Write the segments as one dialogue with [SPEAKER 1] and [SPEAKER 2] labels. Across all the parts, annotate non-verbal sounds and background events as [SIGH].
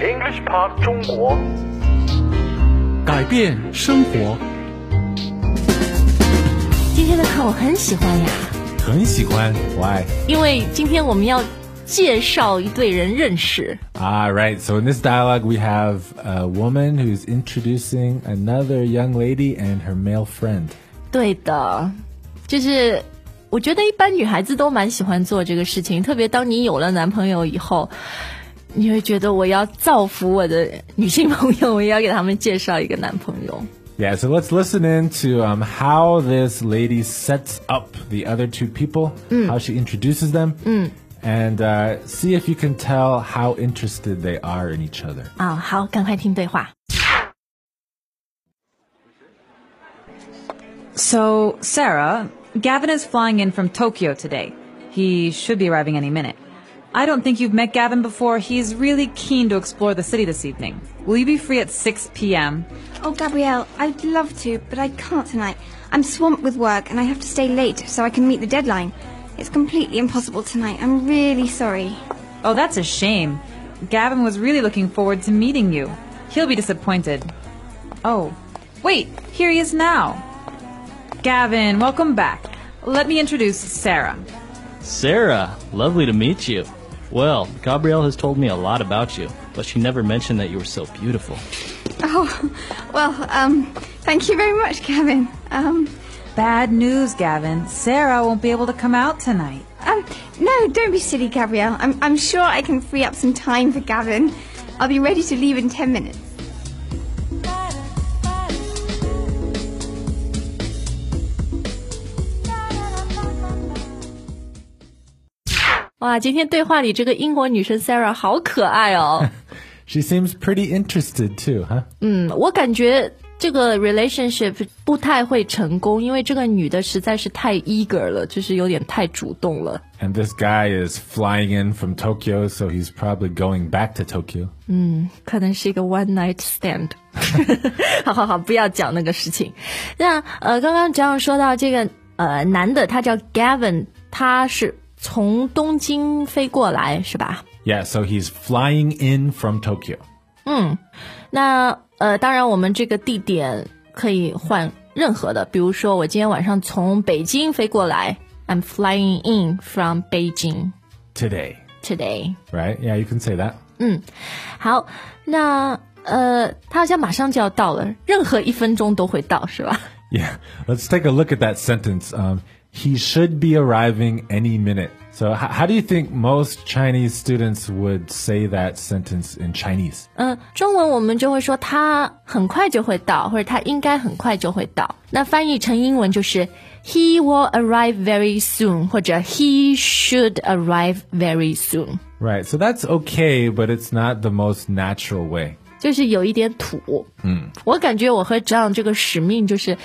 [SPEAKER 1] English Part 中国，
[SPEAKER 2] 改变生活，
[SPEAKER 3] 今天的课我很喜欢呀，
[SPEAKER 2] 很喜欢，我爱。
[SPEAKER 3] 因为今天我们要介绍一对人认识。
[SPEAKER 2] All right, so in this dialogue, we have a woman who's introducing another young lady and her male friend.
[SPEAKER 3] 对的，就是我觉得一般女孩子都蛮喜欢做这个事情，特别当你有了男朋友以后，你会觉得我要造福我的女性朋友，我也要给他们介绍一个男朋友。
[SPEAKER 2] Yeah, so let's listen in to um, how this lady sets up the other two people, how she introduces them, and uh, see if you can tell how interested they are in each other.
[SPEAKER 3] [LAUGHS] 啊、好，赶快听对话。
[SPEAKER 4] So, Sarah, Gavin is flying in from Tokyo today. He should be arriving any minute. I don't think you've met Gavin before. He's really keen to explore the city this evening. Will you be free at 6 p.m.?
[SPEAKER 5] Oh, Gabrielle, I'd love to, but I can't tonight. I'm swamped with work and I have to stay late so I can meet the deadline. It's completely impossible tonight. I'm really sorry.
[SPEAKER 4] Oh, that's a shame. Gavin was really looking forward to meeting you. He'll be disappointed. Oh, wait, here he is now. Gavin, welcome back. Let me introduce Sarah.
[SPEAKER 6] Sarah, lovely to meet you. Well, Gabrielle has told me a lot about you, but she never mentioned that you were so beautiful.
[SPEAKER 5] Oh, well, um, thank you very much, Gavin. Um,
[SPEAKER 4] Bad news, Gavin. Sarah won't be able to come out tonight.
[SPEAKER 5] um, no, don't be silly, Gabrielle. I'm, I'm sure I can free up some time for Gavin. I'll be ready to leave in 10 minutes.
[SPEAKER 3] 哇，今天对话里这个英国女生 Sarah 好可爱哦。
[SPEAKER 2] She seems pretty interested too, huh?
[SPEAKER 3] 嗯，我感觉这个 relationship 不太会成功，因为这个女的实在是太 eager 了，就是有点太主动了。
[SPEAKER 2] And this guy is flying in from Tokyo, so he's probably going back to Tokyo.
[SPEAKER 3] 可能是一个 one night stand。好好好，不要讲那个事情。那呃，刚刚这样说到这个呃男的，他叫 Gavin，他是从东京飞过来是吧？
[SPEAKER 2] Yeah, so he's flying in from Tokyo.
[SPEAKER 3] 那呃，当然我们这个地点可以换任何的，比如说我今天晚上从北京飞过来，I'm flying in from Beijing
[SPEAKER 2] today,
[SPEAKER 3] today。
[SPEAKER 2] right? Yeah, you can say that.
[SPEAKER 3] 好，那呃，他好像马上就要到了，任何一分钟都会到，是吧？ [LAUGHS]
[SPEAKER 2] Yeah, let's take a look at that sentence. Um, he should be arriving any minute. So, h- how do you think most Chinese students would say that sentence in Chinese?
[SPEAKER 3] 嗯、中文我们就会说他很快就会到，或者他应该很快就会到。那翻译成英文就是 He will arrive very soon，或者 He should arrive very soon，
[SPEAKER 2] Right, so that's okay, but it's not the most natural way.
[SPEAKER 3] 就是有一点土。嗯，我感觉我和 John 这个使命就是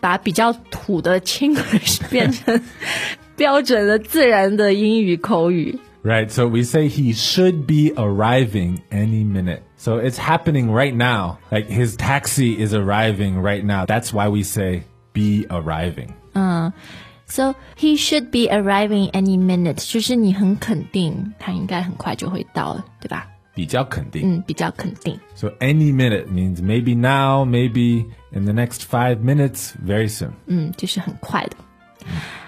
[SPEAKER 3] 把比较土的 English [LAUGHS] 变成 [LAUGHS] 标准的自然的英语口语。
[SPEAKER 2] Right, so we say he should be arriving any minute. So it's happening right now. Like his taxi is arriving right now. That's why we say be arriving.
[SPEAKER 3] So he should be arriving any minute，就是你很肯定他应该很快就会到了，对吧？
[SPEAKER 2] 比较肯定。
[SPEAKER 3] 嗯，比较肯定。
[SPEAKER 2] So any minute means maybe now, maybe in the next five minutes, very soon.
[SPEAKER 3] 嗯，就是很快的。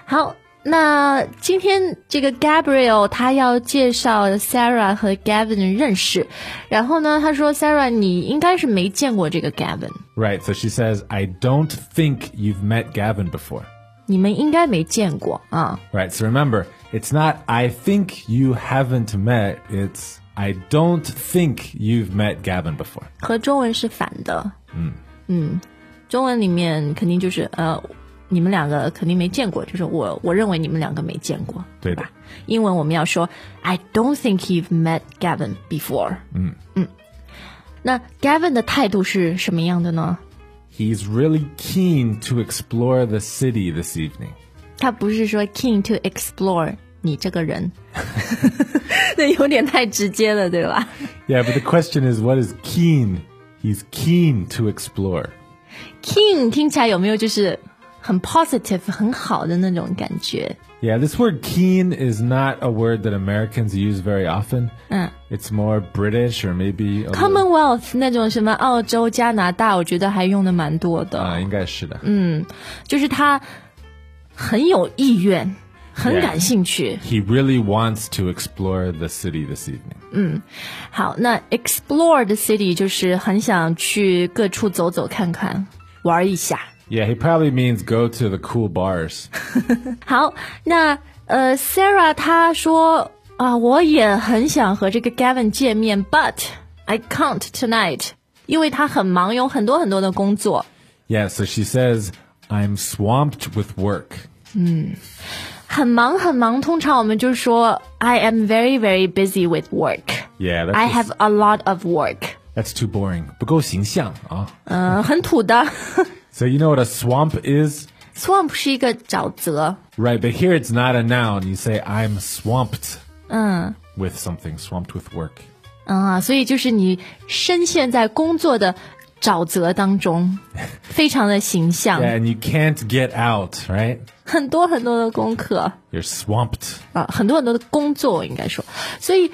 [SPEAKER 3] 好，那今天这个 Gabriel 他要介绍 Sarah 和 Gavin 认识，然后呢，他说 Sarah 你应该是没见过这个 Gavin，
[SPEAKER 2] Right, so she says, I don't think you've met Gavin before.
[SPEAKER 3] 你们应该没见过啊。
[SPEAKER 2] Right, so remember, it's not I think you haven't met, it's I don't think you've met Gavin before.
[SPEAKER 3] 和中文是反的。嗯中文里面肯定就是呃，你们两个肯定没见过，就是我我认为你们两个没见过，
[SPEAKER 2] 对的
[SPEAKER 3] 吧？英文我们要说 I don't think you've met Gavin before 嗯。嗯那 Gavin 的态度是什么样的呢？
[SPEAKER 2] He's really keen to explore the city this evening.
[SPEAKER 3] 他不是说 keen to explore 你这个人， [LAUGHS] 那有点太直接了，对吧？
[SPEAKER 2] Yeah, but the question is, what is keen? He's keen to explore.
[SPEAKER 3] keen 听起来有没有就是很 positive 很好的那种感觉？
[SPEAKER 2] Yeah, this word keen is not a word that Americans use very often. It's more British or maybe a little-
[SPEAKER 3] Commonwealth 那种什么澳洲、加拿大，我觉得还用的蛮多的，
[SPEAKER 2] 啊，应该是的。
[SPEAKER 3] 就是他很有意愿，很
[SPEAKER 2] Yeah.
[SPEAKER 3] 感兴趣。
[SPEAKER 2] He really wants to explore the city this evening.
[SPEAKER 3] 好，那 explore the city 就是很想去各处走走看看，玩一下。
[SPEAKER 2] Yeah, he probably means go to the cool bars.
[SPEAKER 3] 好，那呃，Sarah 她说啊，我也很想和这个 Gavin 见面，but I can't tonight，因为他很忙，有很多很多的工作。
[SPEAKER 2] Yeah, so she says, I'm swamped with work.
[SPEAKER 3] 很忙很忙，通常我们就说 I am very very busy with work.
[SPEAKER 2] Yeah, that's
[SPEAKER 3] I
[SPEAKER 2] just-
[SPEAKER 3] have a lot of work.
[SPEAKER 2] That's too boring. 不够形象啊。
[SPEAKER 3] 嗯、很土的。 [LAUGHS]
[SPEAKER 2] So you know what a swamp is?
[SPEAKER 3] Swamp 是一个沼泽，
[SPEAKER 2] Right, but here it's not a noun. You say, I'm swamped with something, swamped with work.
[SPEAKER 3] 啊、所以就是你深陷在工作的沼泽当中，非常的形象
[SPEAKER 2] Yeah, and you can't get out, right?
[SPEAKER 3] [LAUGHS] 很多很多的功课。
[SPEAKER 2] You're swamped.
[SPEAKER 3] 啊，很多很多的工作应该说，所以，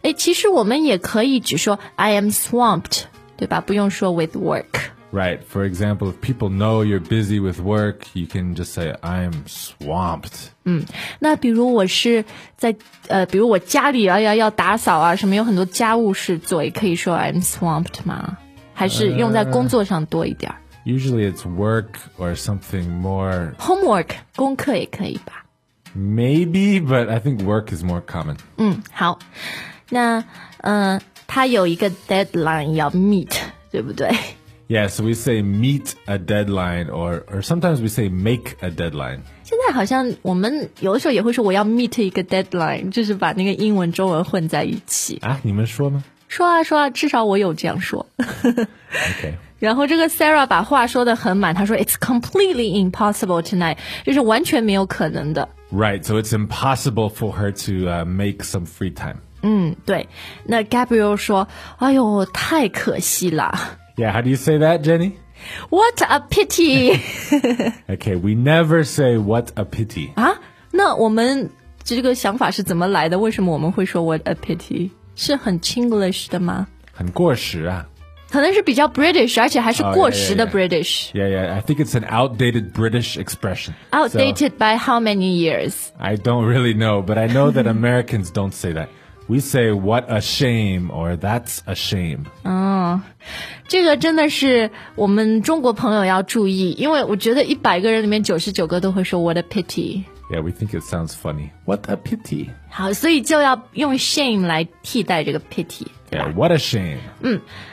[SPEAKER 3] 哎，其实我们也可以只说 I am swamped，对吧？不用说 with work。
[SPEAKER 2] Right, for example, if people know you're busy with work, you can just say, I'm swamped.
[SPEAKER 3] 那比如我是在呃，比如我家里啊要要打扫啊，什么有很多家务事做，也可以说 I'm swamped 吗？还是用在工作上多一点、儿
[SPEAKER 2] Usually it's work or something more,
[SPEAKER 3] h o m e w o r k 功课也可以吧？
[SPEAKER 2] maybe, but I think work is more common.
[SPEAKER 3] 嗯，好，那嗯、呃，他有一个 deadline 要 meet，对不对？ [LAUGHS]
[SPEAKER 2] Yeah, so we say meet a deadline, or, or sometimes we say make a deadline.
[SPEAKER 3] 现在好像我们有的时候也会说我要 meet 一个 deadline，就是把那个英文中文混在一起
[SPEAKER 2] Ah, 啊，你们说吗？
[SPEAKER 3] 说啊说啊，至少我有这样说。
[SPEAKER 2] Okay.
[SPEAKER 3] [LAUGHS] 然后这个 Sarah 把话说的很满，她说 It's completely impossible tonight，这是完全没有可能的。
[SPEAKER 2] Right, so it's impossible for her to uh, make some free time.
[SPEAKER 3] 嗯，对。那 Gabriel 说，哎呦，太可惜了
[SPEAKER 2] Yeah, how do you say that, Jenny?
[SPEAKER 3] ，What a pity
[SPEAKER 2] Okay, we never say what a pity.
[SPEAKER 3] 啊！那我们这个想法是怎么来的？为什么我们呃会说 What a pity？是很 Chinglish 的吗？
[SPEAKER 2] 很过时啊。
[SPEAKER 3] 可能是比较 British，而且还是
[SPEAKER 2] 哦
[SPEAKER 3] 过时的
[SPEAKER 2] ，yeah，yeah，yeah
[SPEAKER 3] British。
[SPEAKER 2] Yeah, yeah, I think it's an outdated British expression. So,
[SPEAKER 3] Outdated by how many years?
[SPEAKER 2] I don't really know, but I know that [LAUGHS] Americans don't say that. We say what a shame or that's a shame.
[SPEAKER 3] 这个真的是我们中国朋友要注意，因为我觉得一百个人里面九十九个都会说 "What a pity"。
[SPEAKER 2] Yeah, we think it sounds funny. What a pity.
[SPEAKER 3] 好，所以就要用 shame 来替代这个 pity，对吧
[SPEAKER 2] Yeah, what a shame.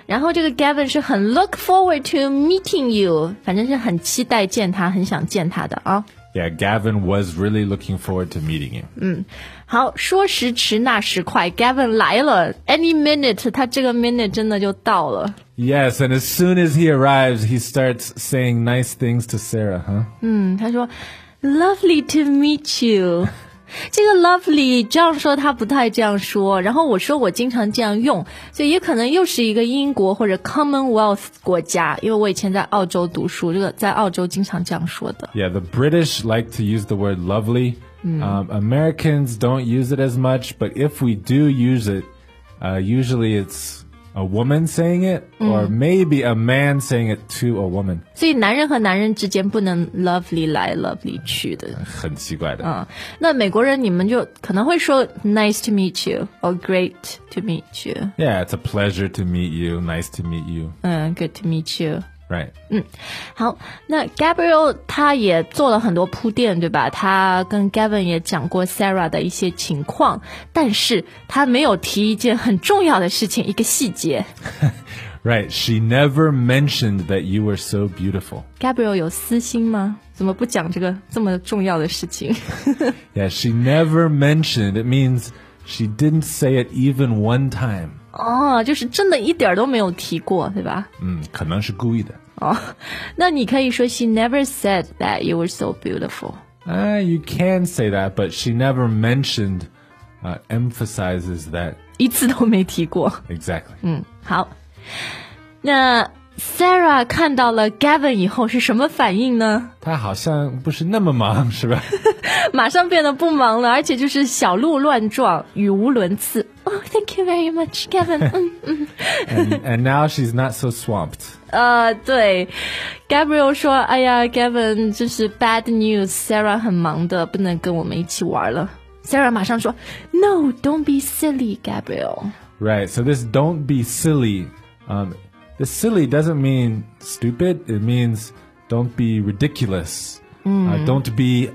[SPEAKER 3] 然后这个 Gavin 是很 look forward to meeting you，反正是很期待见他，很想见他的啊。
[SPEAKER 2] Yeah, Gavin was really looking forward to meeting you.
[SPEAKER 3] 好，说时迟，那时快，Gavin 来了，any minute，他这个 minute 真的就到了。
[SPEAKER 2] Yes, and as soon as he arrives, he starts saying nice things to Sarah, huh?
[SPEAKER 3] 嗯，他说，lovely to meet you。这 [LAUGHS] 个 lovely 这样说他不太这样说，然后我说我经常这样用，所以也可能又是一个英国或者 Commonwealth 国家，因为我以前在澳洲读书，这个在澳洲经常这样说的。
[SPEAKER 2] Yeah, the British like to use the word lovely. Um, Americans don't use it as much, but if we do use it, uh, usually it's a woman saying it, or maybe a man saying it to a woman.
[SPEAKER 3] 所以男人和男人之间不能 lovely 来 lovely 去的。
[SPEAKER 2] 很奇怪的。
[SPEAKER 3] 嗯，那美国人你们就可能会说 nice to meet you or great to meet you，
[SPEAKER 2] Yeah, it's a pleasure to meet you. Nice to meet you.
[SPEAKER 3] 嗯，good to meet you。嗯
[SPEAKER 2] Right.
[SPEAKER 3] 好，那 Gabriel 他也做了很多铺垫，对吧？他跟 Gavin 也讲过 Sarah 的一些情况，但是他没有提一件很重要的事情，一个细节。
[SPEAKER 2] Right. She never mentioned that you were so beautiful.
[SPEAKER 3] Gabriel 有私心吗？怎么不讲这个这么重要的事情？ [LAUGHS]
[SPEAKER 2] Yeah, she never mentioned. It means she didn't say it even one time.
[SPEAKER 3] 哦，就是真的一点儿都没有提过，对吧？
[SPEAKER 2] Mm, 嗯，可能是故意的。Uh,
[SPEAKER 3] 哦，那你可以说 She never said that you were so beautiful。
[SPEAKER 2] Ah, you can say that, but she never mentioned, uh, emphasizes that.
[SPEAKER 3] 一次都没提过。
[SPEAKER 2] Exactly.
[SPEAKER 3] 好，那 Sarah 看到了 Gavin 以后是什么反应呢？
[SPEAKER 2] 他好像不是那么忙，是吧？
[SPEAKER 3] 马上变得不忙了，而且就是小鹿乱撞，语无伦次。Oh, thank you very much, Gavin 嗯。
[SPEAKER 2] and, and now she's not so swamped.
[SPEAKER 3] 呃，对，Gabriel 说：“哎呀，Gavin，就是 bad news，Sarah 很忙的，不能跟我们一起玩了。” Sarah 马上说：“No，don't be silly，Gabriel。
[SPEAKER 2] Right. So this don't be silly. Um, the silly doesn't mean stupid. It means don't be ridiculous. Uh, don't be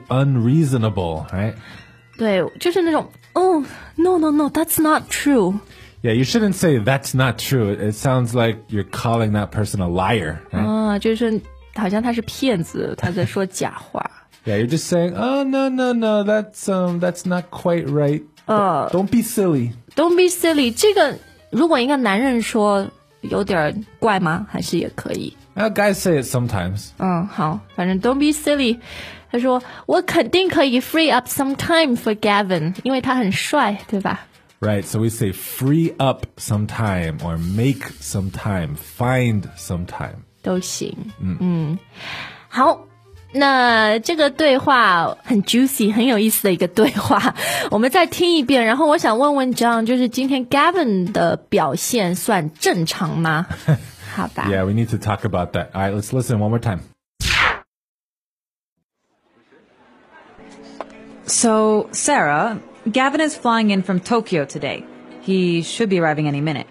[SPEAKER 2] unreasonable. Right. ”
[SPEAKER 3] 对，就是那种哦，No，No，No，That's not true。
[SPEAKER 2] Yeah, you shouldn't say that's not true. It, it sounds like you're calling that person a liar. right?
[SPEAKER 3] 啊，就是说好像他是骗子，他在说假话。 [LAUGHS]
[SPEAKER 2] Yeah, you're just saying, "Oh no, no, no, that's um that's not quite right." Uh, don't be silly.
[SPEAKER 3] Don't be silly，这个如果一个男人说，有点儿怪吗？还是也可以？
[SPEAKER 2] Uh, guys say it sometimes.
[SPEAKER 3] 嗯，好，反正 Don't be silly。他说我肯定可以 free up some time for Gavin，因为他很帅，对吧？
[SPEAKER 2] Right, so we say free up some time or make some time, find some time.
[SPEAKER 3] 都行。嗯好，那这个对话很 juicy，很有意思的一个对话， [LAUGHS] 我们再听一遍。然后我想问问 John，就是今天 Gavin 的表现算正常吗？好吧。
[SPEAKER 2] Yeah, we need to talk about that. All right, let's listen one more time.
[SPEAKER 4] So, Sarah, Gavin is flying in from Tokyo today. He should be arriving any minute.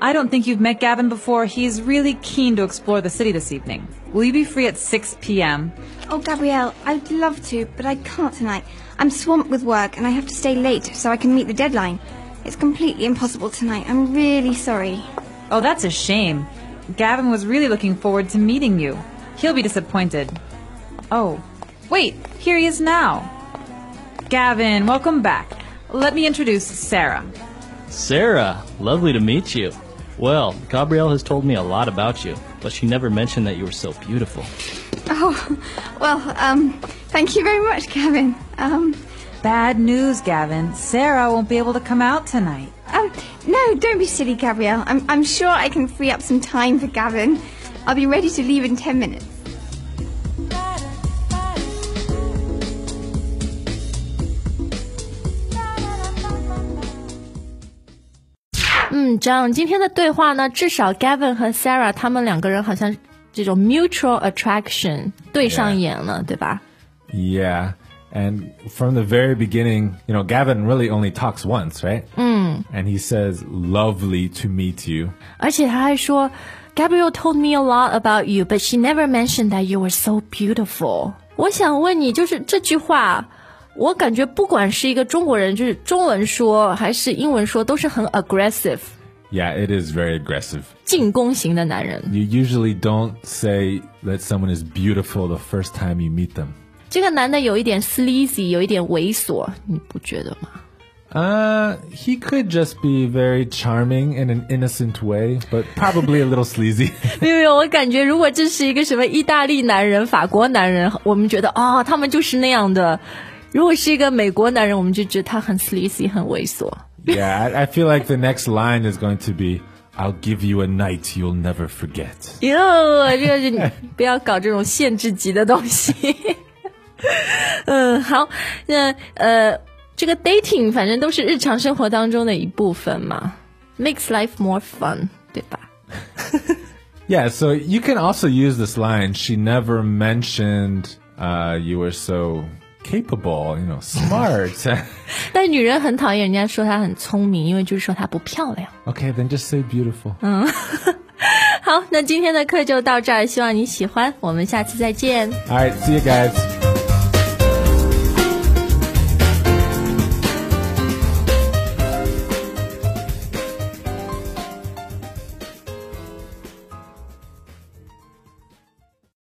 [SPEAKER 4] I don't think you've met Gavin before. He's really keen to explore the city this evening. Will you be free at 6 p.m.?
[SPEAKER 5] Oh, Gabrielle, I'd love to, but I can't tonight. I'm swamped with work and I have to stay late so I can meet the deadline. It's completely impossible tonight. I'm really sorry.
[SPEAKER 4] Oh, that's a shame. Gavin was really looking forward to meeting you. He'll be disappointed. Oh, wait, here he is now. Gavin, welcome back. Let me introduce Sarah.
[SPEAKER 6] Sarah, lovely to meet you. Well, Gabrielle has told me a lot about you, but she never mentioned that you were so beautiful.
[SPEAKER 5] Oh, well, um, thank you very much, Gavin. Um,
[SPEAKER 4] Bad news, Gavin. Sarah won't be able to come out tonight.
[SPEAKER 5] um, no, don't be silly, Gabrielle. I'm, I'm sure I can free up some time for Gavin. I'll be ready to leave in ten minutes.
[SPEAKER 3] 嗯 John，今天的对话呢，至少 Gavin 和 Sarah 他们两个人好像这种 mutual attraction 对上眼了对吧？
[SPEAKER 2] Yeah. And from the very beginning, you know, Gavin really only talks once, right? Mm. And he says, lovely to meet you.
[SPEAKER 3] 而且他还说，Gabriel told me a lot about you, but she never mentioned that you were so beautiful。我想问你，就是这句话。我感觉不管是一个中国人，就是中文说还是英文说，都是很 aggressive
[SPEAKER 2] Yeah, it is very aggressive.
[SPEAKER 3] 进攻型的男人。
[SPEAKER 2] You usually don't say that someone is beautiful the first time you meet them.
[SPEAKER 3] 这个男的有一点 sleazy，有一点猥琐，你不觉得吗？
[SPEAKER 2] Uh, he could just be very charming in an innocent way, but probably a little sleazy.
[SPEAKER 3] 没有没有，我感觉如果这是一个什么意大利男人、法国男人，我们觉得哦，他们就是那样的；如果是一个美国男人，我们就觉得他很 sleazy，很猥琐。
[SPEAKER 2] yeah, I, I feel like the next line is going to be, "I'll give you a night you'll never forget."
[SPEAKER 3] 哟，这个是你不要搞这种限制级的东西。 [LAUGHS] 嗯，好，那呃，这个 dating 反正都是日常生活当中的一部分嘛，makes life more fun，对吧？
[SPEAKER 2] Yeah, so you can also use this line. She never mentioned uh, you were so capable, you know, smart. [LAUGHS]
[SPEAKER 3] 但女人很讨厌人家说她很聪明，因为就是说她不漂亮。
[SPEAKER 2] okay, then just say beautiful.
[SPEAKER 3] 好，那今天的课就到这儿，希望你喜欢，我们下次再见。
[SPEAKER 2] All right, see you guys.